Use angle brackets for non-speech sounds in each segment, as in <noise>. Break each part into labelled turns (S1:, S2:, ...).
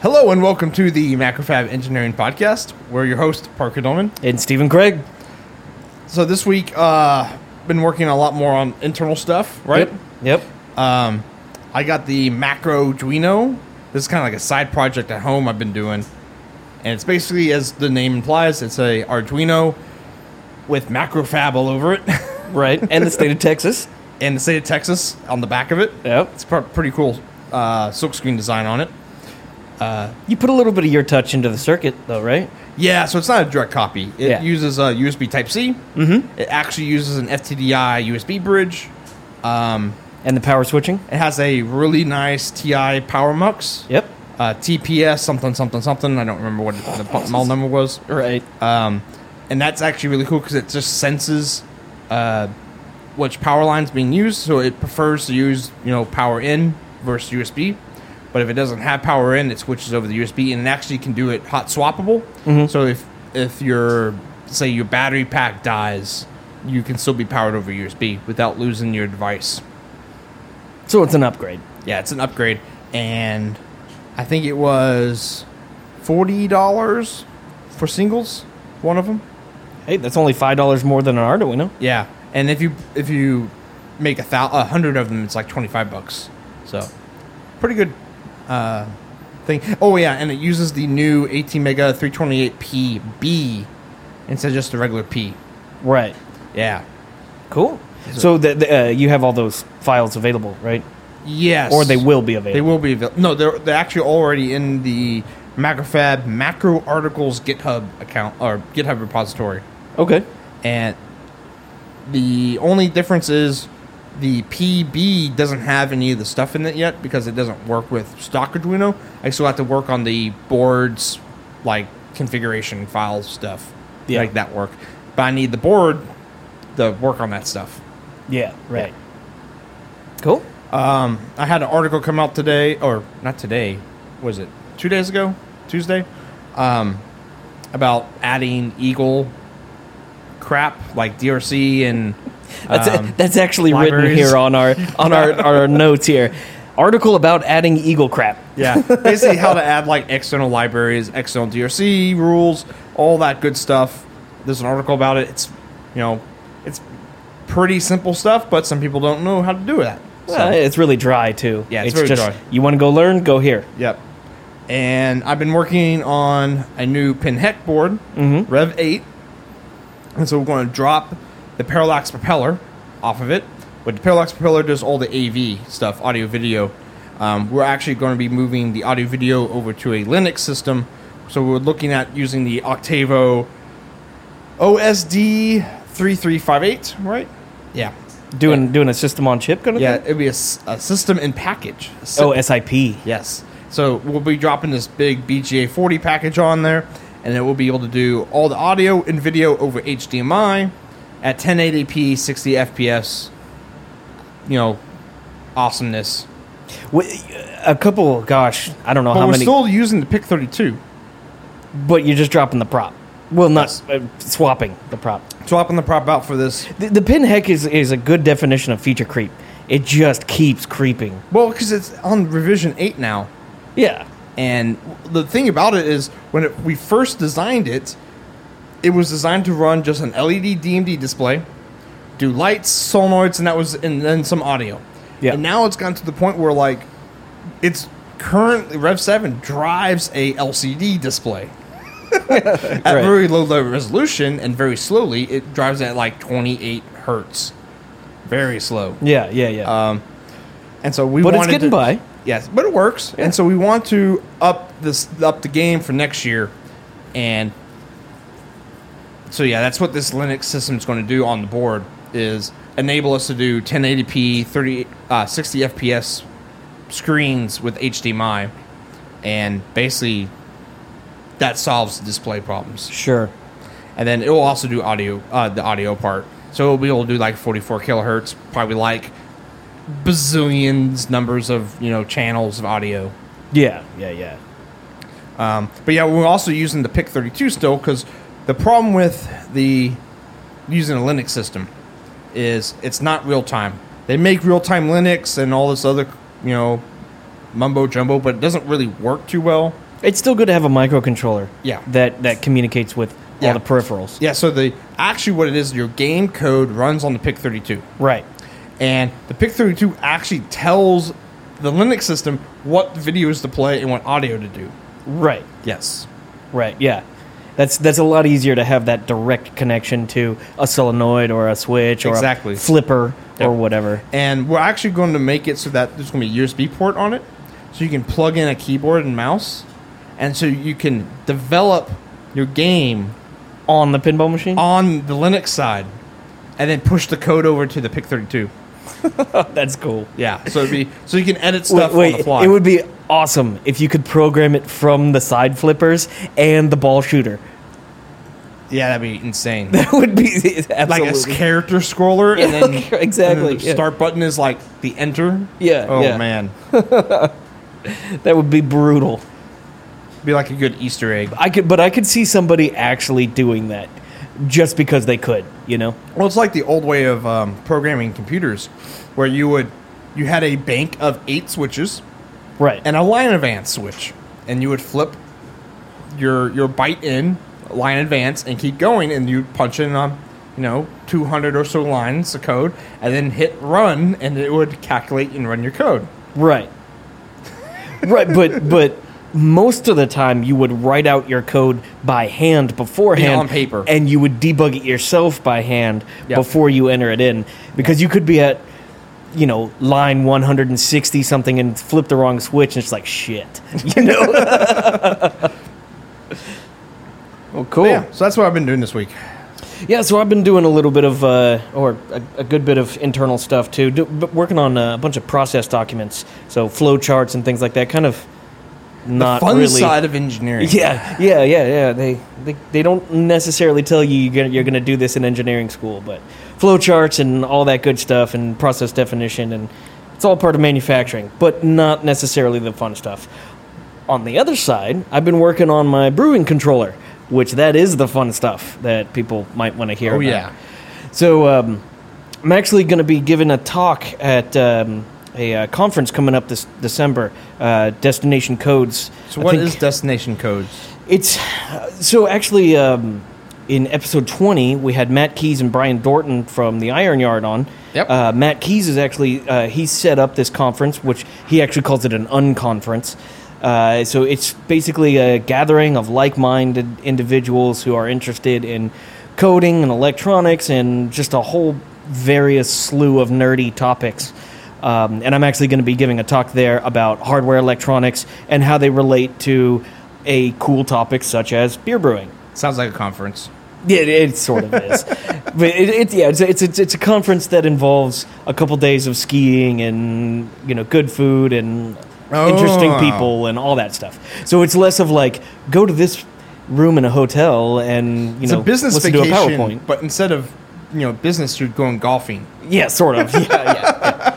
S1: Hello and welcome to the Macrofab Engineering Podcast. We're your host Parker Dolman.
S2: And Stephen Craig.
S1: So this week, uh, been working a lot more on internal stuff, right?
S2: Yep. yep.
S1: Um, I got the Macro Duino. This is kind of like a side project at home I've been doing, and it's basically, as the name implies, it's a Arduino with Macrofab all over it, <laughs>
S2: Right. And the state of Texas.
S1: and the state of Texas on the back of it.
S2: <laughs> Yep.
S1: It's pr- pretty cool uh, silkscreen design on it.
S2: You put a little bit of your touch into the circuit, though, right?
S1: Yeah, so it's not a direct copy. It
S2: Yeah.
S1: uses a USB Type C. Mm-hmm. It actually uses an FTDI USB bridge.
S2: And the power switching.
S1: It has a really nice TI power mux.
S2: Yep.
S1: Uh, TPS something something something. I don't remember what the p- model number was.
S2: Right.
S1: Um, and that's actually really cool because it just senses uh, which power line's being used. So it prefers to use you know power in versus USB. But if it doesn't have power in, it switches over to USB, and it actually can do it hot swappable. So if if your say your battery pack dies, you can still be powered over USB without losing your device.
S2: So it's an upgrade.
S1: Yeah, it's an upgrade, and I think it was forty dollars for singles, one of them.
S2: Hey, that's only five dollars more than an Arduino.
S1: Yeah, and if you if you make a thou- a hundred of them, it's like twenty five bucks. So pretty good uh, thing. Oh yeah, and it uses the new eighteen mega three twenty eight P B instead of just the regular P.
S2: Right.
S1: Yeah.
S2: Cool. So the, the, uh, you have all those files available, right?
S1: Yes.
S2: Or they will be
S1: They
S2: available.
S1: will be available. No, they're they're actually already in the Macrofab macro articles GitHub account or GitHub repository.
S2: Okay.
S1: and the only difference is the PB doesn't have any of the stuff in it yet because it doesn't work with stock Arduino. I still have to work on the boards, like configuration file stuff,
S2: Yeah.
S1: make that work. But I need the board to work on that stuff.
S2: Yeah. Right. Cool.
S1: Um, I had an article come out today, or not today, was it two days ago, Tuesday, um, about adding Eagle crap like DRC and
S2: That's,
S1: um,
S2: <laughs> that's actually written
S1: libraries.
S2: here on our on our, <laughs> our notes here. Article about adding eagle crap.
S1: Yeah, basically how to add like external libraries, external DRC rules, all that good stuff. There's an article about it. It's you know, it's pretty simple stuff, but some people don't know how to do that. So,
S2: Well, it's really dry too.
S1: Yeah, it's very dry.
S2: You want to go learn? Go here.
S1: Yep. And I've been working on a new pinheck board, Rev Eight, and so we're going to drop the parallax propeller off of it. But the parallax propeller does all the AV stuff, audio video. Um, we're actually going to be moving the audio video over to a Linux system, so we're looking at using the Octavo OSD three three five eight, right? Yeah,
S2: Doing doing a system on chip kind of
S1: yeah.
S2: thing.
S1: It'd be a, s- a system in package.
S2: Oh, SIP.
S1: Yes. So we'll be dropping this big BGA 40 package on there, and then we'll be able to do all the audio and video over HDMI at 1080p, 60 FPS. You know, awesomeness.
S2: Wh- A couple, gosh, I don't know
S1: But
S2: how
S1: we're
S2: many,
S1: still using the PIC 32,
S2: but you're just dropping the prop. Well, not
S1: Yes.
S2: uh, swapping the prop.
S1: swapping the prop out for this.
S2: The, the pin heck is, is a good definition of feature creep. It just keeps creeping.
S1: Well, because it's on revision 8 now.
S2: Yeah.
S1: And the thing about it is, when it, we first designed it, it was designed to run just an E LED DMD display, do lights, solenoids, and that was, and then some audio.
S2: Yeah.
S1: And now it's gotten to the point where like, it's currently Rev Seven drives a LCD
S2: <laughs>
S1: display at
S2: Right.
S1: very low low resolution and very slowly. It drives at like 28 hertz, very slow.
S2: Yeah, yeah, yeah.
S1: Um, And so we
S2: But it's
S1: wanted
S2: getting
S1: to-
S2: by.
S1: Yes, but it works. And so we want to up this up the game for next year. And so yeah, that's what this Linux system is going to do on the board is enable us to do 1080p 30 uh, 60 FPS screens with HDMI and basically that solves the display problems
S2: sure.
S1: and then it will also do audio, uh, the audio part. So it'll be able to do like 44 kilohertz, probably like bazillions numbers of you know channels of audio.
S2: Yeah, yeah, yeah.
S1: Um, but yeah, we're also using the PIC 32 still because the problem with the using a Linux system is it's not real time. They make real time Linux and all this other you know mumbo jumbo, but it doesn't really work too well.
S2: It's still good to have a microcontroller.
S1: Yeah.
S2: That that communicates with
S1: Yeah.
S2: all the peripherals.
S1: Yeah, so the actually what it is, your game code runs on the PIC32,
S2: Right.
S1: and the PIC32 actually tells the Linux system what videos to play and what audio to do.
S2: Right.
S1: Yes.
S2: Right. Yeah. That's that's a lot easier to have that direct connection to a solenoid or a switch or
S1: Exactly.
S2: a flipper
S1: Yep.
S2: or whatever.
S1: And we're actually going to make it so that there's going to be a USB port on it, so you can plug in a keyboard and mouse, and so you can develop your game
S2: On the pinball machine?
S1: on the Linux side, and then push the code over to the PIC32.
S2: that's cool.
S1: Yeah, so it'd be so you can edit stuff on the fly.
S2: it would be awesome if you could program it from the side flippers and the ball shooter. <laughs>
S1: yeah, that'd be insane.
S2: That would be <laughs> absolutely
S1: like a character scroller, and
S2: Yeah,
S1: then
S2: okay, <laughs> exactly,
S1: and the
S2: yeah.
S1: start button is like the enter.
S2: Yeah,
S1: Oh
S2: yeah.
S1: man,
S2: that would be brutal.
S1: be like a good Easter egg.
S2: I could, but I could see somebody actually doing that, just because they could. You know?
S1: Well, it's like the old way of um, programming computers, where you would you had a bank of eight switches
S2: Right.
S1: and a line advance switch, and you would flip your your byte in line advance and keep going, and you'd punch in on you know 200 or so lines of code, and then hit run, and it would calculate and run your code.
S2: Right. <laughs> right, but but most of the time you would write out your code by hand beforehand
S1: Yeah, on paper.
S2: and you would debug it yourself by hand
S1: Yeah.
S2: before you enter it in because you could be at you know line 160 something and flip the wrong switch and it's like shit <laughs> you know <laughs> well cool
S1: Yeah, so that's what I've been doing this week.
S2: yeah, so I've been doing a little bit of, uh, or a, a good bit of internal stuff too, do, but working on uh, a bunch of process documents, so flow charts and things like that. Kind of not
S1: Fun
S2: really.
S1: side of engineering.
S2: Yeah, yeah, yeah, yeah. They, they they don't necessarily tell you you're gonna, you're gonna do this in engineering school, but flow charts and all that good stuff and process definition and it's all part of manufacturing, but not necessarily the fun stuff. On the other side, I've been working on my brewing controller, which that is the fun stuff that people might want to hear.
S1: Oh
S2: about.
S1: yeah.
S2: So um, I'm actually going to be giving a talk at um, a uh, conference coming up this December. Uh, Destination Codes.
S1: So
S2: I
S1: what
S2: think-
S1: is destination codes?
S2: it's so actually um, in episode 20 we had matt keys and brian dorton from the iron yard on
S1: Yep.
S2: uh, matt keys is actually uh, he set up this conference which he actually calls it an unconference uh, so it's basically a gathering of like-minded individuals who are interested in coding and electronics and just a whole various slew of nerdy topics um, and I'm actually going to be giving a talk there about hardware electronics and how they relate to a cool topic such as beer brewing.
S1: Sounds like a conference.
S2: Yeah, it, it sort
S1: <laughs>
S2: of is, but it, it, yeah, it's, a- it's it's it's a conference that involves a couple days of skiing and you know good food and interesting
S1: Oh.
S2: people and all that stuff. So it's less of like go to this room in a hotel and you
S1: It's
S2: know
S1: a business
S2: listen
S1: vacation,
S2: to a PowerPoint.
S1: but instead of you know business, you're going golfing.
S2: Yeah, sort of. <laughs> Yeah, yeah. yeah.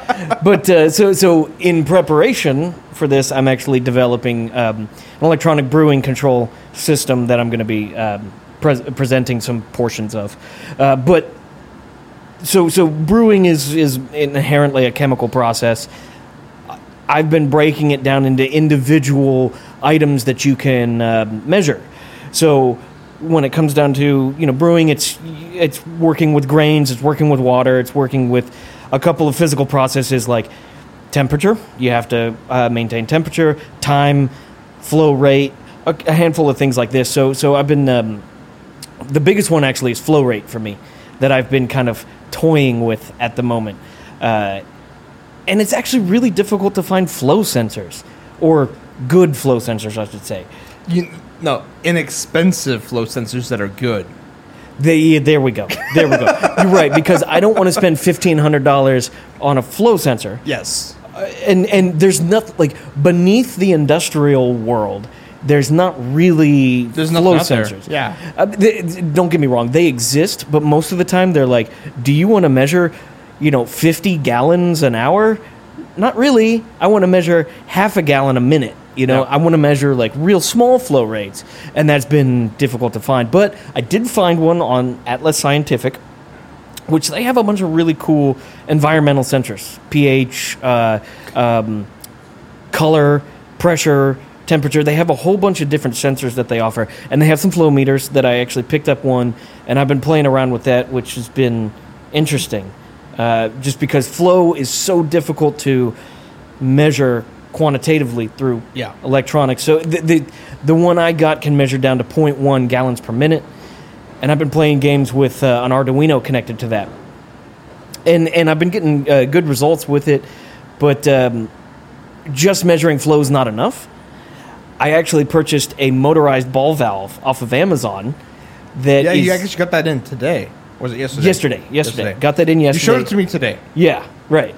S2: But uh, so so in preparation for this, I'm actually developing um, an electronic brewing control system that I'm going to be um, pres presenting some portions of. Uh, but so so brewing is is inherently a chemical process. I've been breaking it down into individual items that you can uh, measure. So when it comes down to you know brewing, it's it's working with grains, it's working with water, it's working with a couple of physical processes like temperature. You have to uh, maintain temperature, time, flow rate, a, a handful of things like this. So so I've been um, the biggest one actually is flow rate for me that I've been kind of toying with at the moment. Uh, and it's actually really difficult to find flow sensors or good flow sensors, I should say.
S1: You, no, inexpensive flow sensors that are good.
S2: They, yeah, there we go. There we go. You're right because I don't want to spend fifteen hundred dollars on a flow sensor.
S1: Yes.
S2: Uh, and and there's nothing like beneath the industrial world. There's not really
S1: There's nothing
S2: flow
S1: out there.
S2: sensors.
S1: Yeah.
S2: Uh, they, don't get me wrong; they exist, but most of the time they're like, "Do you want to measure, you know, 50 gallons an hour?" Not really. I want to measure half a gallon a minute. You know,
S1: Yeah.
S2: I want to measure like real small flow rates, and that's been difficult to find. But I did find one on Atlas Scientific which they have a bunch of really cool environmental sensors ph uh, um, color pressure temperature. They have a whole bunch of different sensors that they offer, and they have some flow meters that I actually picked up one, and I've been playing around with that, which has been interesting, uh, just because flow is so difficult to measure quantitatively through
S1: Yeah.
S2: electronics. So the, the the one I got can measure down to 0.1 gallons per minute, and I've been playing games with uh, an Arduino connected to that, and and I've been getting uh, good results with it, but. Um, just measuring flow is not enough. I actually purchased a motorized ball valve off of Amazon. That
S1: Yeah, you
S2: is-
S1: actually got that in today. Was it yesterday?
S2: yesterday, yesterday, got that in
S1: You
S2: yesterday.
S1: showed it to me today.
S2: Yeah, right.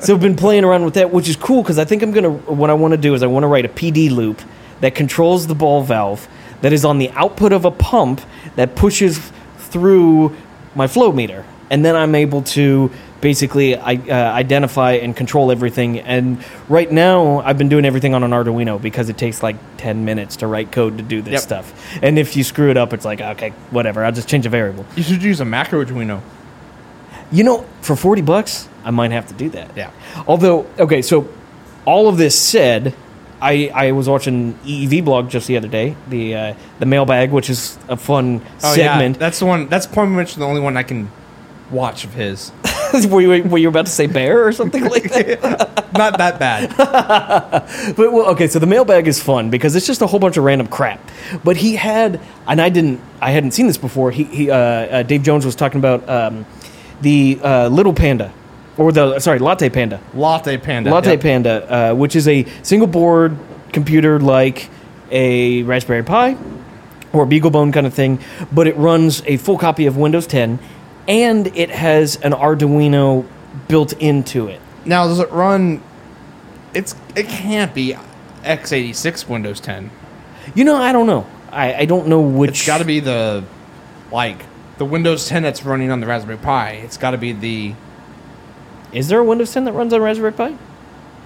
S2: so I've been playing around with that, which is cool because I think I'm gonna. What I want to do is I want to write a PD loop that controls the ball valve that is on the output of a pump that pushes through my flow meter, and then I'm able to basically I, uh, identify and control everything. And right now, I've been doing everything on an Arduino because it takes like ten minutes to write code to do this
S1: Yep.
S2: stuff. And if you screw it up, it's like okay, whatever. I'll just change a variable.
S1: You should use a macro Arduino.
S2: You know, for 40 bucks, I might have to do that.
S1: Yeah.
S2: Although, okay, so all of this said, I, I was watching EEV blog just the other day, the uh, the mailbag, which is a fun segment.
S1: Oh, that's the one. That's pretty much the only one I can watch of his.
S2: <laughs> were, you, were you about to say bear or something like that?
S1: Not that
S2: <laughs>
S1: bad.
S2: But well, okay, so the mailbag is fun because it's just a whole bunch of random crap. But he had, and I didn't, I hadn't seen this before. He, he uh, uh, Dave Jones was talking about um, the uh, little panda, or the sorry, latte panda.
S1: Latte Panda.
S2: Latte
S1: Yep.
S2: Panda, uh, which is a single board computer like a Raspberry Pi or BeagleBone kind of thing, but it runs a full copy of Windows 10 and it has an Arduino built into it.
S1: Now does it run? It's it can't be x86 Windows 10.
S2: You know, I don't know. I, I don't know which.
S1: It's got to be the like the Windows 10 that's running on the Raspberry Pi. It's got to be the.
S2: Is there a Windows 10 that runs on Raspberry Pi?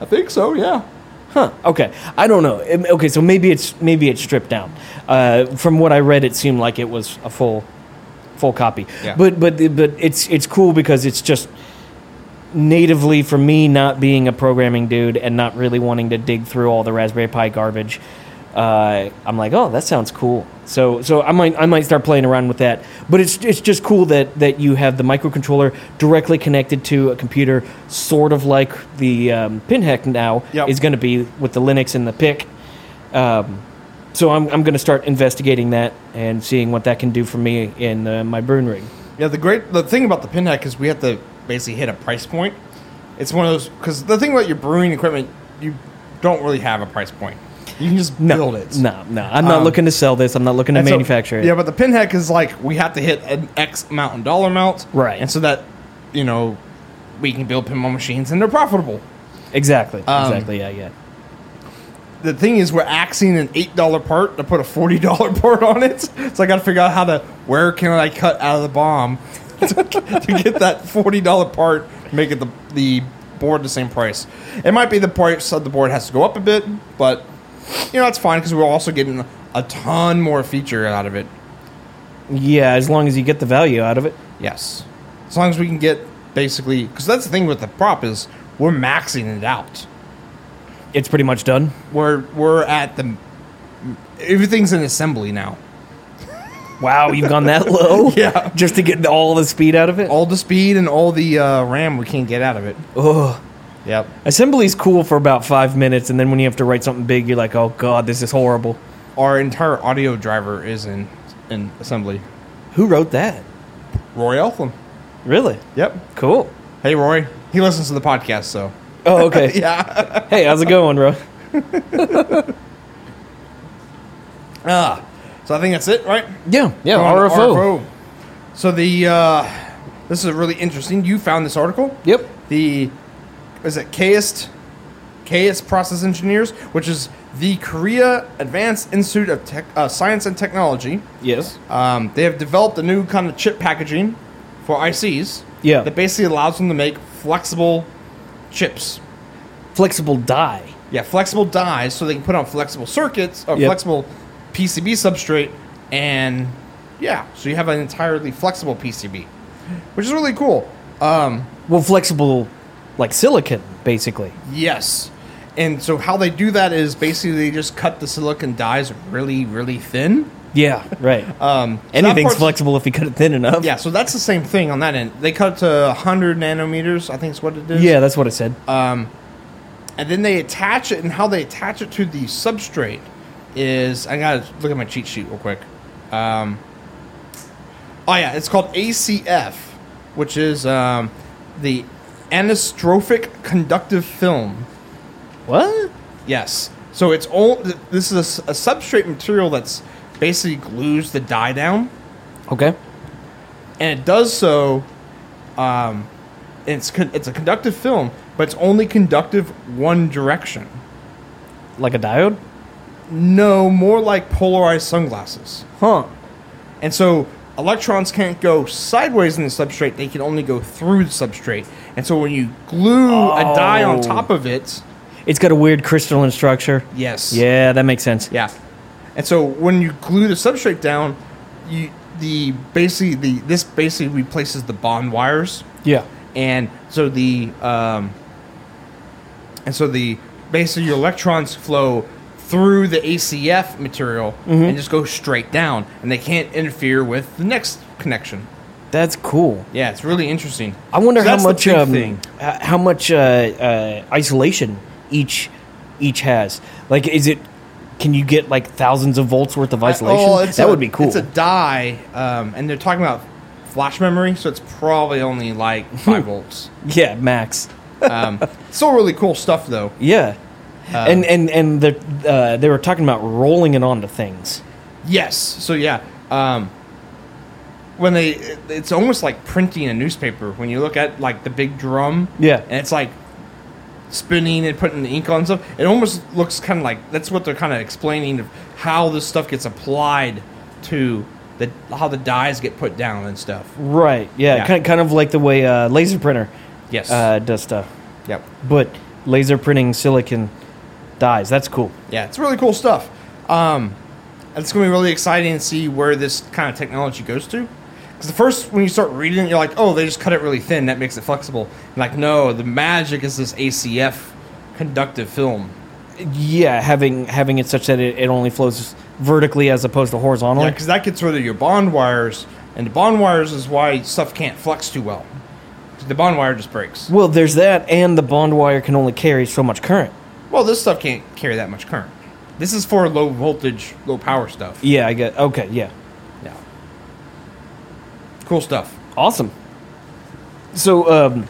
S1: I think so. Yeah.
S2: Huh. Okay. I don't know. Um, Okay. So maybe it's maybe it's stripped down. Uh, from what I read, it seemed like it was a full, full copy.
S1: Yeah.
S2: But but but it's it's cool because it's just natively for me not being a programming dude and not really wanting to dig through all the Raspberry Pi garbage. Uh, I'm like, oh, that sounds cool. So so I might I might start playing around with that. But it's it's just cool that that you have the microcontroller directly connected to a computer, sort of like the um, pinhead now
S1: Yep.
S2: is going to be with the Linux and the PIC. Um, so I'm I'm going to start investigating that and seeing what that can do for me in uh, my burn rig.
S1: Yeah, the great the thing about the pinhead is we have to basically hit a price point. It's one of those because the thing about your brewing equipment, you don't really have a price point. You can just
S2: No,
S1: build it.
S2: no, no. I'm not
S1: Um,
S2: looking to sell this. I'm not looking to
S1: And so-
S2: manufacture it.
S1: Yeah, but the pinhead is like we have to hit an X amount in dollar amount,
S2: Right.
S1: And so that you know we can build pinball machines and they're profitable.
S2: Exactly.
S1: Um,
S2: exactly. Yeah. Yeah.
S1: The thing is, we're axing an eight dollar part to put a forty dollar <laughs> part on it. So I got to figure out how to where can I cut out of the bomb <laughs> to, to get that forty dollar part, make it the the board the same price. It might be the price of the board has to go up a bit, but you know that's fine because we're also getting a ton more feature out of it.
S2: Yeah. As long as you get the value out of it.
S1: Yes. As long as we can get basically, because that's the thing with the prop is we're maxing it out.
S2: It's pretty much done.
S1: We're we're at the everything's in assembly now.
S2: Wow, you've gone that low.
S1: Yeah.
S2: Just to get all the speed out of it.
S1: All the speed and all the uh, RAM we can't get out of it.
S2: Ugh.
S1: Yep.
S2: Assembly's cool for about five minutes, and then when you have to write something big, you're like, "Oh God, this is horrible."
S1: Our entire audio driver is in in assembly.
S2: Who wrote that?
S1: Roy Eltham.
S2: Really?
S1: Yep.
S2: Cool.
S1: Hey Roy. He listens to the podcast, so
S2: <laughs> Oh, okay.
S1: <laughs> yeah.
S2: Hey, how's it going, bro?
S1: Ah. So I think that's it, right?
S2: Yeah, yeah.
S1: We're on the
S2: RFO.
S1: RFO. So the uh, this is really interesting. You found this article.
S2: Yep.
S1: the is it KIST, KIST Process Engineers, which is the Korea Advanced Institute of Tech, uh, Science and Technology.
S2: Yes.
S1: Um, they have developed a new kind of chip packaging for ICs.
S2: Yeah.
S1: that basically allows them to make flexible chips.
S2: Flexible die.
S1: Yeah, flexible dies, so they can put on flexible circuits or
S2: Yep.
S1: flexible PCB substrate, and yeah, so you have an entirely flexible PCB, which is really cool. Um,
S2: Well, flexible, like silicon, basically.
S1: Yes. And so how they do that is basically they just cut the silicon dies really, really thin.
S2: Yeah, right.
S1: Um, so that
S2: Anything's
S1: part's-
S2: flexible if you cut it thin enough.
S1: Yeah, so that's the same thing on that end. They cut it to 100 nanometers, I think is what it is.
S2: Yeah, that's what it said.
S1: and then they attach it, and how they attach it to the substrate is I gotta look at my cheat sheet real quick. Um, oh yeah, it's called ACF, which is um, the anastrophic conductive film.
S2: what?
S1: Yes, so it's all th- this is a s- a, substrate material that's basically glues the dye down,
S2: Okay.
S1: and it does so. Um, it's con- it's a conductive film, but it's only conductive one direction.
S2: Like a diode?
S1: No, more like polarized sunglasses.
S2: Huh.
S1: And so electrons can't go sideways in the substrate, they can only go through the substrate. And so when you glue a dye on
S2: Oh.
S1: top of it,
S2: It's got a weird crystalline structure.
S1: yes.
S2: Yeah, that makes sense.
S1: Yeah. And so when you glue the substrate down, you the basically the this basically replaces the bond wires.
S2: Yeah.
S1: And so the um and so the basically your electrons flow through the ACF material
S2: Mm-hmm.
S1: and just go straight down and they can't interfere with the next connection.
S2: That's cool.
S1: Yeah, it's really interesting.
S2: I wonder
S1: So
S2: how,
S1: that's the
S2: much,
S1: big
S2: um,
S1: thing.
S2: h- how much uh, uh, isolation each each has. Like, is it? Can you get like thousands of volts worth of isolation?
S1: Oh, it's
S2: that
S1: a-
S2: would be cool.
S1: It's a die, um, and they're talking about flash memory, so it's probably only like
S2: <laughs>
S1: five volts.
S2: yeah, max.
S1: Um, still really cool stuff though.
S2: Yeah,
S1: Uh,
S2: and and and the, uh, they were talking about rolling it onto things.
S1: Yes. So yeah, um, when they, it- it's almost like printing a newspaper. When you look at like the big drum,
S2: Yeah.
S1: and it's like spinning and putting the ink on stuff. It almost looks kind of like that's what they're kind of explaining of how this stuff gets applied to the how the dies get put down and stuff.
S2: Right. Yeah.
S1: Yeah.
S2: Kind of, kind of like the way uh, laser printer
S1: Yes.
S2: uh, does stuff,
S1: yep.
S2: but laser printing silicon dies. That's cool.
S1: Yeah, it's really cool stuff. Um, it's going to be really exciting to see where this kind of technology goes to. Because the first, when you start reading it, you're like, oh, they just cut it really thin. That makes it flexible. And like, no, the magic is this ACF conductive film.
S2: Yeah, having having it such that it, it only flows vertically as opposed to horizontally.
S1: Yeah, because that gets rid of your bond wires. And the bond wires is why stuff can't flex too well. 'Cause The bond wire just breaks.
S2: Well, there's that, and the bond wire can only carry so much current.
S1: Well, this stuff can't carry that much current. This is for low voltage, low power stuff.
S2: Yeah, I get. Okay, yeah,
S1: Yeah. Cool stuff.
S2: awesome. So, um,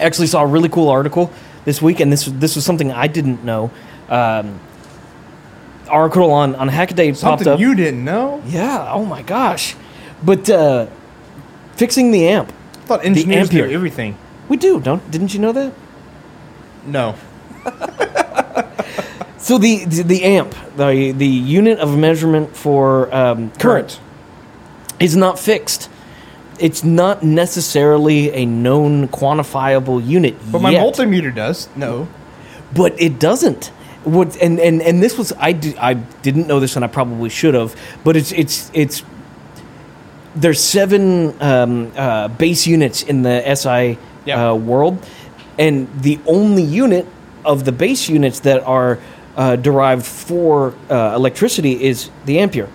S2: actually, saw a really cool article this week, and this this was something I didn't know. Um, article on on Hackaday popped
S1: Something
S2: up.
S1: you didn't know?
S2: yeah. Oh my gosh, but uh, fixing the amp.
S1: I thought engineers do
S2: ampere.
S1: everything.
S2: We do, don't? Didn't you know that?
S1: No.
S2: So the the, the amp, the the unit of measurement for um, current, is not fixed. It's not necessarily a known quantifiable unit
S1: But my
S2: yet,
S1: multimeter does. No.
S2: but it doesn't. What and, and and this was I di- I didn't know this and I probably should have, but it's it's it's there's seven um, uh, base units in the SI
S1: Yeah.
S2: uh, world, and the only unit of the base units that are uh, derived for uh, electricity is the ampere,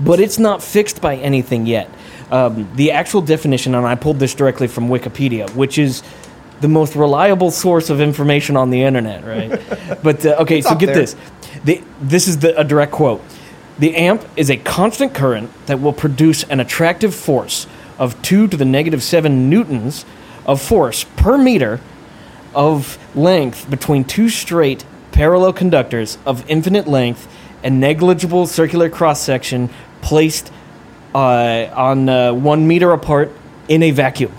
S2: but it's not fixed by anything yet. Um, the actual definition, and I pulled this directly from Wikipedia, which is the most reliable source of information on the internet, right? but uh, okay, so
S1: up
S2: get
S1: there.
S2: this. The, this is the, a direct quote. The amp is a constant current that will produce an attractive force of 2 to the negative 7 newtons of force per meter of length between two straight parallel conductors of infinite length and negligible circular cross section placed uh, on uh, one meter apart in a vacuum.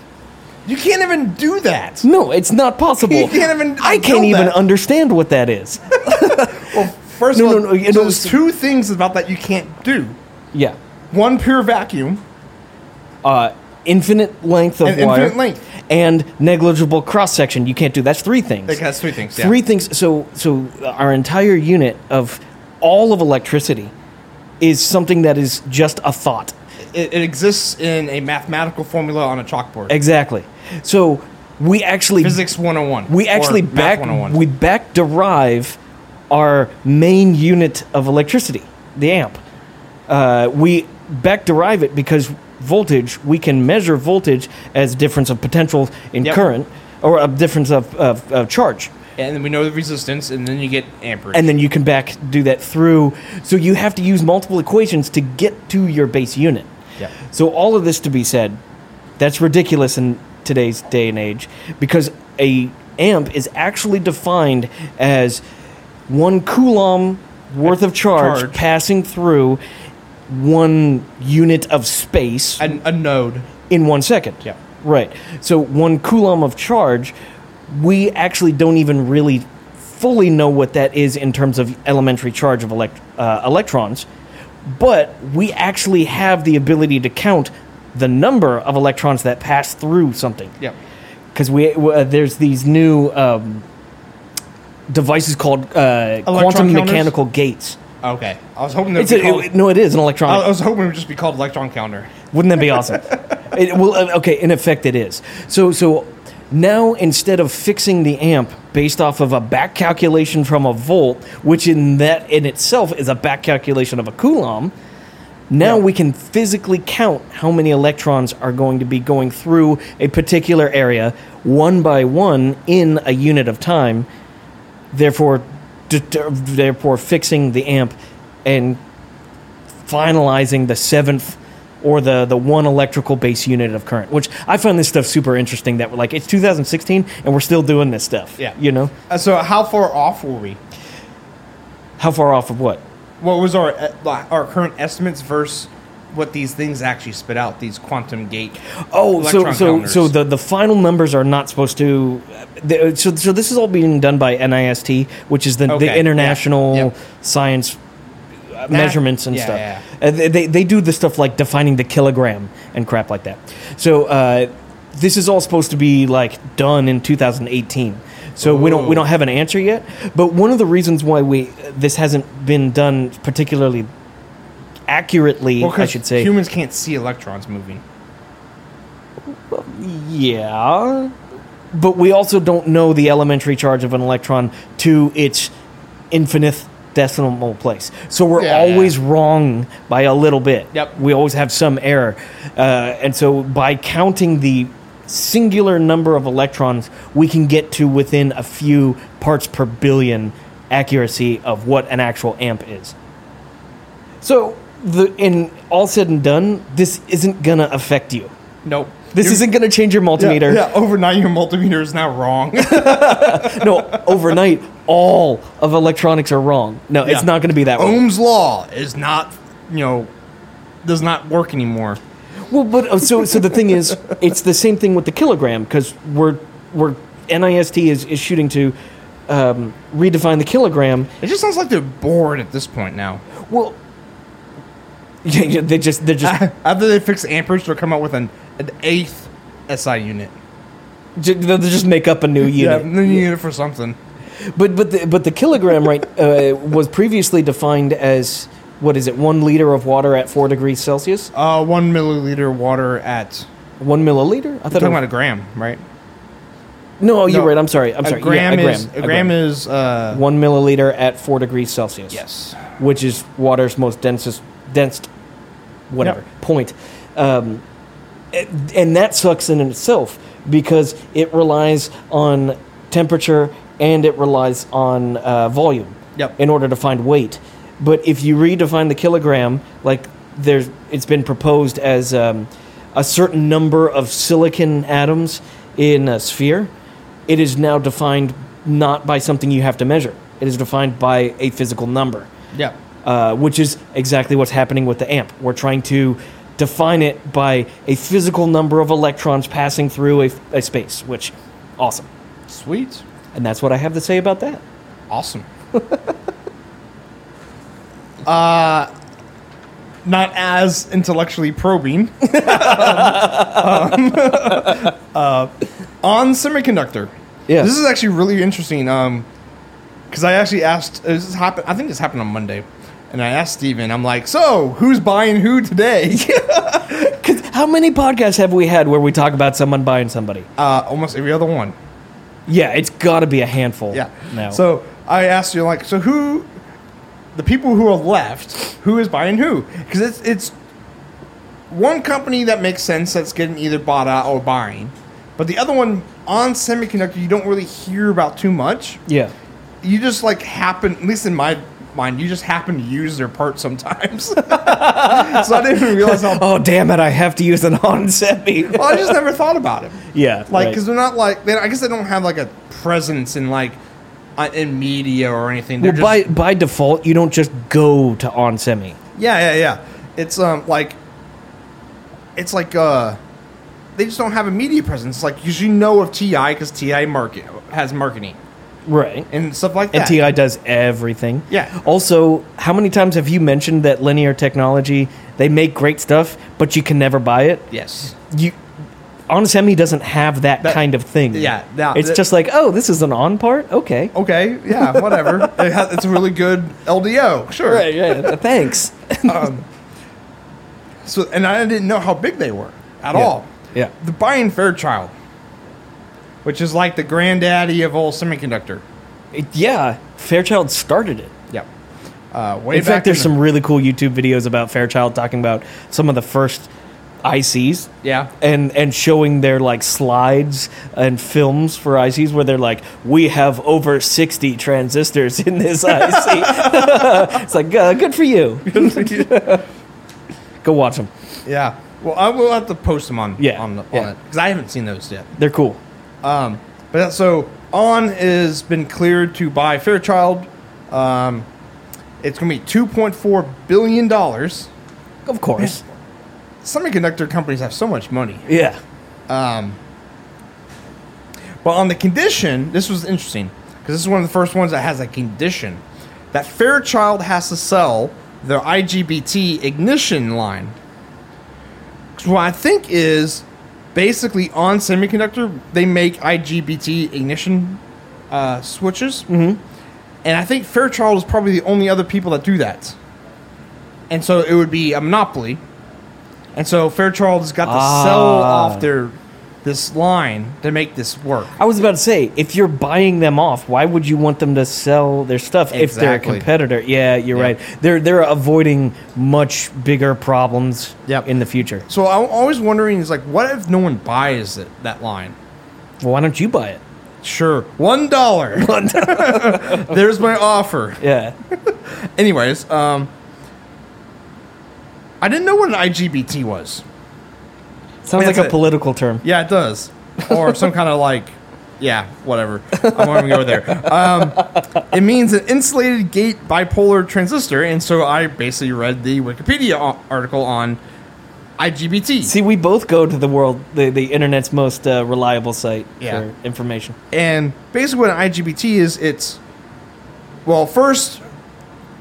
S1: You can't even do that.
S2: No, it's not
S1: <laughs>
S2: possible.
S1: You can't even
S2: I can't
S1: build
S2: even
S1: that.
S2: understand what that
S1: <laughs>
S2: is.
S1: Well, first
S2: No,
S1: of all,
S2: no, no,
S1: so
S2: you know,
S1: there's
S2: it's-
S1: two things about that you can't do.
S2: yeah.
S1: One pure vacuum.
S2: uh, infinite length of
S1: And
S2: wire,
S1: infinite length.
S2: and negligible cross section. You can't do that's three things.
S1: Like, that's three things, yeah.
S2: Three things. So so our entire unit of all of electricity is something that is just a thought.
S1: It, it exists in a mathematical formula on a chalkboard.
S2: Exactly. So we actually
S1: Physics 101.
S2: we
S1: or
S2: actually
S1: Math
S2: back
S1: 101.
S2: we back derive our main unit of electricity, the amp. Uh, we back derive it because voltage we can measure voltage as difference of potential in
S1: Yep.
S2: current or a difference of, of, of charge
S1: and then we know the resistance, and then you get amperage.
S2: and then you can back do that through so you have to use multiple equations to get to your base unit
S1: Yep.
S2: so all of this to be said that's ridiculous in today's day and age because a amp is actually defined as one coulomb worth of charge,
S1: Charge.
S2: passing through one unit of space
S1: a, a node.
S2: in one second.
S1: Yep.
S2: Right. So one coulomb of charge, we actually don't even really fully know what that is in terms of elementary charge of elect- uh, electrons, but we actually have the ability to count the number of electrons that pass through something.
S1: Yep.
S2: Because we w- uh, there's these new um, devices called uh, quantum
S1: counters?
S2: mechanical gates.
S1: Okay. I was hoping that
S2: It's a, no, it is an electronic.
S1: I was hoping it would just be called electron counter.
S2: Wouldn't that be awesome? it, well, uh, okay, in effect, it is. So, so now instead of fixing the amp based off of a back calculation from a volt, which in that in itself is a back calculation of a coulomb, now we can physically count how many electrons are going to be going through a particular area one by one in a unit of time, therefore, d- d- therefore fixing the amp and finalizing the seventh or the, the one electrical base unit of current, which I find this stuff super interesting. That we're like, it's 2016 and we're still doing this stuff.
S1: Yeah.
S2: You know?
S1: Uh, so how far off were we?
S2: How far off of what?
S1: What was our uh, our current estimates versus what these things actually spit out? These quantum gate.
S2: Oh, so
S1: electron
S2: so
S1: counters.
S2: so the the final numbers are not supposed to. the- So so this is all being done by NIST, which is the,
S1: Okay, yeah,
S2: the International
S1: yep.
S2: Science uh, Measurements and
S1: yeah,
S2: stuff.
S1: yeah,
S2: Uh, they- they they do the stuff like defining the kilogram and crap like that. So uh, this is all supposed to be like done in 2018. So we don't we
S1: Ooh.
S2: don't have an answer yet. But one of the reasons why we this hasn't been done particularly accurately,
S1: Well,
S2: I
S1: 'cause
S2: should say.
S1: humans can't see electrons moving.
S2: Yeah. But we also don't know the elementary charge of an electron to its infinite decimal place. So we're
S1: Yeah.
S2: always wrong by a little bit.
S1: Yep.
S2: We always have some error. Uh, and so by counting the singular number of electrons, we can get to within a few parts per billion accuracy of what an actual amp is. So the in all said and done, this isn't gonna affect you.
S1: Nope.
S2: This
S1: Your-
S2: isn't going to change your
S1: <laughs> yeah,
S2: multimeter.
S1: Yeah, overnight your multimeter is now
S2: <laughs>
S1: wrong.
S2: No, overnight, all of electronics are wrong. No,
S1: Yeah.
S2: it's not going to be that way.
S1: Ohm's law is not, you know, does not work anymore.
S2: Well, but uh, so so the thing is, it's the same thing with the kilogram because we're we're NIST is, is shooting to um, redefine the kilogram.
S1: It just sounds like they're bored at this point now. <laughs>
S2: Well, <laughs> yeah, yeah, they just
S1: <laughs>
S2: they're just
S1: After they fix amperage, they'll come out with an, an eighth SI unit.
S2: ju- they'll just make up a new
S1: Yeah,
S2: unit.
S1: new unit for something.
S2: But but the, but the kilogram right uh, was previously defined as what is it? One liter of water at four degrees Celsius.
S1: Uh, one milliliter water at.
S2: One milliliter. I
S1: We're
S2: thought it
S1: talking
S2: was-
S1: about a gram, right?
S2: No, oh, you're
S1: No.
S2: right. I'm sorry. I'm
S1: A
S2: sorry. Yeah,
S1: gram, is a
S2: a
S1: gram, is uh,
S2: one milliliter at four degrees Celsius.
S1: yes.
S2: which is water's most densest, densest, whatever
S1: Yep.
S2: point. Um, a- and that sucks in itself because it relies on temperature and it relies on uh, volume
S1: Yep.
S2: in order to find weight. But if you redefine the kilogram, like there's, it's been proposed as um, a certain number of silicon atoms in a sphere. It is now defined not by something you have to measure. It is defined by a physical number,
S1: Yeah.
S2: uh, which is exactly what's happening with the amp. We're trying to define it by a physical number of electrons passing through a, a space, which awesome.
S1: Sweet.
S2: And that's what I have to say about that.
S1: <laughs> Awesome. uh, Uh, not as intellectually probing. <laughs> um, <laughs> uh, on semiconductor.
S2: Yeah.
S1: This is actually really interesting. Um, because I actually asked. uh, This has happened. I think this happened on Monday, and I asked Steven, I'm like, "So, who's buying who today?"
S2: How many podcasts have we had where we talk about someone buying somebody?
S1: <laughs> Uh, almost every other one.
S2: Yeah, it's got to be a handful.
S1: Yeah.
S2: Now.
S1: So I asked you, like, so who, the people who are left, who is buying who? Because it's it's one company that makes sense that's getting either bought out or buying, but the other one on semiconductor you don't really hear about too much.
S2: yeah.
S1: You just like happen, at least in my mind, you just happen to use their part sometimes. <laughs> so I didn't even realize how.
S2: Oh damn it! I have to use an <laughs> on semi.
S1: Well, I just never thought about it.
S2: yeah.
S1: like
S2: right.
S1: because they're not like they, I guess they don't have like a presence in like uh, in media or anything. They're
S2: well, by
S1: just,
S2: by default, you don't just go to on semi.
S1: yeah, yeah, yeah. It's um like it's like uh they just don't have a media presence. Like 'cause you know of Ti because Ti market has marketing
S2: Right.
S1: and stuff like that.
S2: And TI does everything.
S1: Yeah.
S2: Also, how many times have you mentioned that linear technology? They make great stuff, but you can never buy it.
S1: yes,
S2: You, on semi doesn't have that,
S1: That-
S2: kind of thing.
S1: yeah, Oh, that-
S2: it's
S1: that-
S2: just like, oh, this is an on part. Okay.
S1: okay,
S2: <laughs>
S1: yeah, whatever. it has, it's a really good LDO, sure. <laughs>
S2: yeah. Thanks.
S1: So and I didn't know how big they were at all.
S2: Yeah.
S1: the Brian Fairchild, which is like the granddaddy of all semiconductor.
S2: It- yeah. Fairchild started it.
S1: Yep. Uh, way
S2: In
S1: back
S2: fact, there's
S1: the-
S2: some really cool YouTube videos about Fairchild talking about some of the first ICs <laughs>
S1: yeah.
S2: and and showing their like slides and films for ICs where they're like, we have over sixty transistors in this IC. it's like uh, good for you. Go watch them.
S1: yeah. Well, I will have to post them on
S2: Yeah,
S1: on, the, on
S2: yeah.
S1: it because I haven't seen those yet.
S2: They're cool.
S1: Um, but that, so on has been cleared to buy Fairchild. Um, it's going to be two point four billion dollars.
S2: Of course.
S1: Semiconductor companies have so much money.
S2: Yeah.
S1: Um, but on the condition, this was interesting because this is one of the first ones that has a condition that Fairchild has to sell their IGBT ignition line. 'Cause what I think is basically on semiconductor, they make IGBT ignition uh, switches. Mm-hmm. And I think Fairchild is probably the only other people that do that. And so it would be a monopoly. And so Fairchild has got to sell
S2: Ah.
S1: off their this line to make this work.
S2: I was about to say, if you're buying them off, why would you want them to sell their stuff if they're a
S1: Exactly.
S2: competitor? Yeah, you're
S1: Yeah.
S2: right. They're they're avoiding much bigger problems
S1: Yep.
S2: in the future.
S1: So I'm always wondering is like, what if no one buys it, that line?
S2: Well, why don't you buy it?
S1: Sure, one dollar. <laughs> There's my offer.
S2: Yeah.
S1: Anyways, um, I didn't know what an IGBT was.
S2: Sounds
S1: That's
S2: like a
S1: it.
S2: political term.
S1: Yeah, it does. Or some kind of like, yeah, whatever. I won't even go there. Um, it means an insulated gate bipolar transistor, and so I basically read the Wikipedia a- article on IGBT.
S2: See, we both go to the world, the, the internet's most uh, reliable site
S1: Yeah.
S2: for information.
S1: And basically, what an IGBT is, it's well, first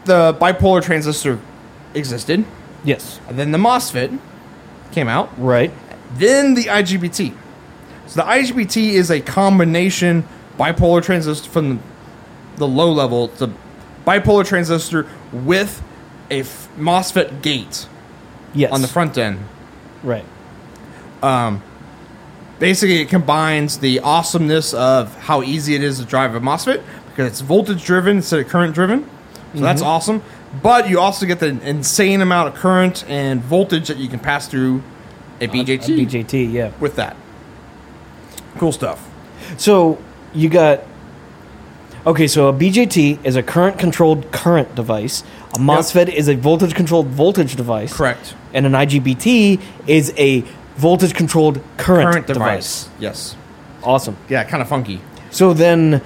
S1: the bipolar transistor existed,
S2: Yes.
S1: and then the MOSFET came out,
S2: Right.
S1: then the IGBT. So the IGBT is a combination bipolar transistor from the low level to bipolar transistor with a f- MOSFET gate
S2: Yes.
S1: on the front end.
S2: Right.
S1: Basically, it combines the awesomeness of how easy it is to drive a MOSFET because it's voltage driven instead of current driven. So that's awesome. But you also get the insane amount of current and voltage that you can pass through a BJT,
S2: BJT, yeah.
S1: with that. Cool stuff.
S2: So you got. Okay, so a BJT is a current controlled current device. A MOSFET is a voltage controlled voltage device.
S1: Correct.
S2: And an IGBT is a voltage controlled current,
S1: Current
S2: device.
S1: device. Yes.
S2: Awesome.
S1: Yeah, kind of funky.
S2: So then,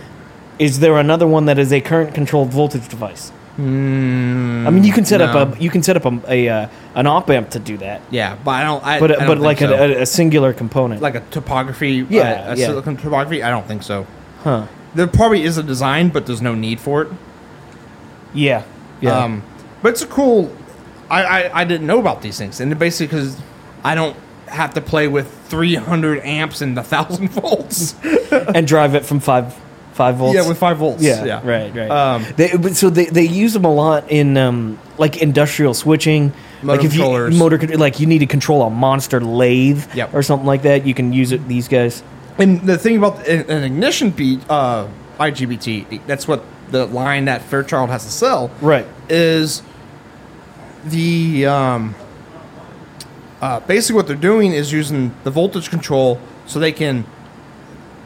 S2: is there another one that is a current controlled voltage device? I mean, you can set
S1: Hmm, no.
S2: up a you can set up a, a uh, an op amp to do that,
S1: Yeah, but I don't. I,
S2: but
S1: I don't
S2: but
S1: think
S2: like
S1: so.
S2: a, a, a singular component.
S1: like a topography.
S2: Yeah,
S1: uh, a
S2: yeah.
S1: silicon topography. I don't think so.
S2: huh?
S1: There probably is a design, but there's no need for it.
S2: Yeah. Yeah.
S1: Um, but it's a cool. I, I I didn't know about these things, and basically because I don't have to play with 300 amps and the thousand <laughs> volts.
S2: <laughs> and drive it from five five volts.
S1: yeah, with five volts.
S2: yeah, right, right.
S1: Um,
S2: they, but so they, they use them a lot in um, like industrial switching
S1: Motor
S2: like if you
S1: controllers.
S2: motor con- like you need to control a monster lathe
S1: Yep.
S2: or something like that, you can use it. These guys.
S1: And the thing about an an ignition beat, uh, IGBT, that's what the line that Fairchild has to sell.
S2: Right.
S1: Is the um, uh, basically what they're doing is using the voltage control so they can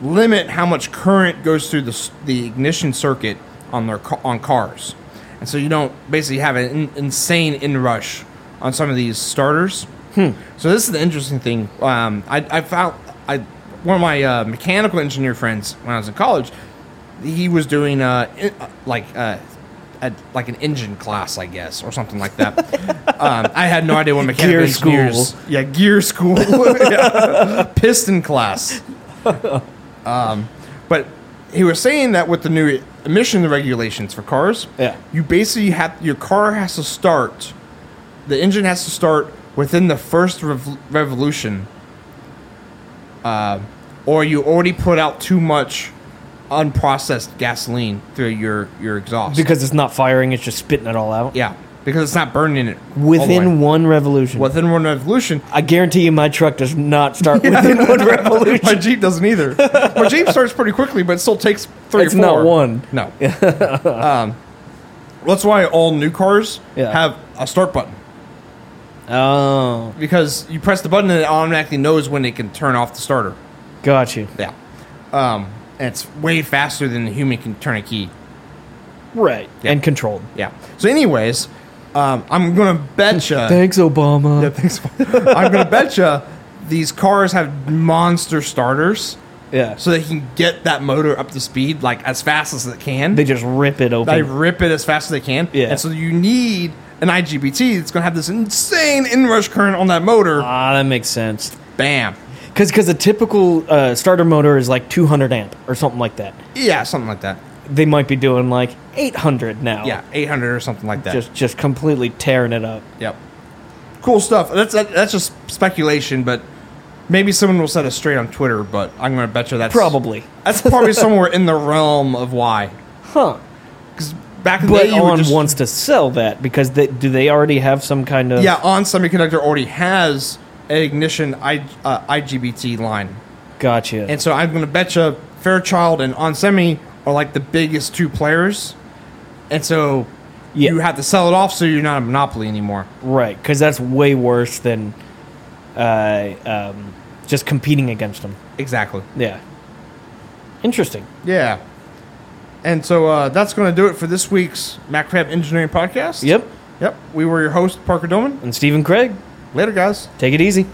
S1: limit how much current goes through the, s- the ignition circuit on their ca- on cars, and so you don't basically have an in, insane inrush on some of these starters.
S2: Hmm.
S1: So this is the interesting thing. Um, I, I found I one of my uh, mechanical engineer friends when I was in college, he was doing uh, in, uh, like uh, a, like an engine class, I guess, or something like
S2: <laughs>
S1: that. um, I had no idea what mechanical
S2: Gear school.
S1: engineers. Yeah, gear school. <laughs> Yeah. Piston
S2: <laughs>
S1: class. Um, but he was saying that with the new emission regulations for cars,
S2: Yeah.
S1: you basically have your car has to start, the engine has to start within the first rev- revolution, uh, or you already put out too much unprocessed gasoline through your your exhaust.
S2: Because it's not firing, it's just spitting it all out.
S1: yeah, because it's not burning it all the way.
S2: Within one revolution.
S1: within one revolution.
S2: I guarantee you my truck does not
S1: <laughs>
S2: start within one <laughs> revolution.
S1: My Jeep doesn't either. My Jeep starts pretty quickly, but it still takes three
S2: It's
S1: or four.
S2: not one. <laughs>
S1: No. um, that's why all new cars
S2: Yeah.
S1: have a start button
S2: Oh,
S1: because you press the button and it automatically knows when it can turn off the starter.
S2: got you.
S1: Yeah. Um, and it's way faster than the human can turn a key.
S2: Right. And controlled.
S1: Yeah. So, anyways, um, I'm going to bet
S2: <laughs>
S1: you.
S2: Thanks, Obama.
S1: I'm going to bet you these cars have monster starters
S2: Yeah.
S1: so they can get that motor up to speed like as fast as it can.
S2: They just rip it open.
S1: They rip it as fast as they can.
S2: Yeah.
S1: And so you need an IGBT that's going to have this insane inrush current on that motor.
S2: ah, that makes sense.
S1: Bam.
S2: Because a typical uh, starter motor is like 200 amp or something like that.
S1: Yeah, something like that.
S2: They might be doing like 800 now.
S1: Yeah, 800 or something like that.
S2: Oh. Just just completely tearing it up.
S1: yep. Cool stuff. That's that, that's just speculation, but maybe someone will set us straight on Twitter. But I'm going to bet you that's
S2: Probably.
S1: that's probably somewhere in the realm of why.
S2: Huh.
S1: Because back in the
S2: But
S1: day, you would
S2: On
S1: just-
S2: wants to sell that because they, do they already have some kind of
S1: yeah, on semiconductor already has an ignition I, uh, IGBT line.
S2: Gotcha.
S1: And so I'm going to bet you Fairchild and Onsemi are like the biggest two players. And so
S2: Yeah.
S1: you have to sell it off so you're not a monopoly anymore.
S2: Right, because that's way worse than uh, um, just competing against them.
S1: Exactly.
S2: Yeah. Interesting.
S1: Yeah. And so uh, that's going to do it for this week's MacRab Engineering Podcast.
S2: Yep.
S1: Yep. We were your host, Parker Doman.
S2: And Stephen Craig,
S1: Later, guys.
S2: take it easy.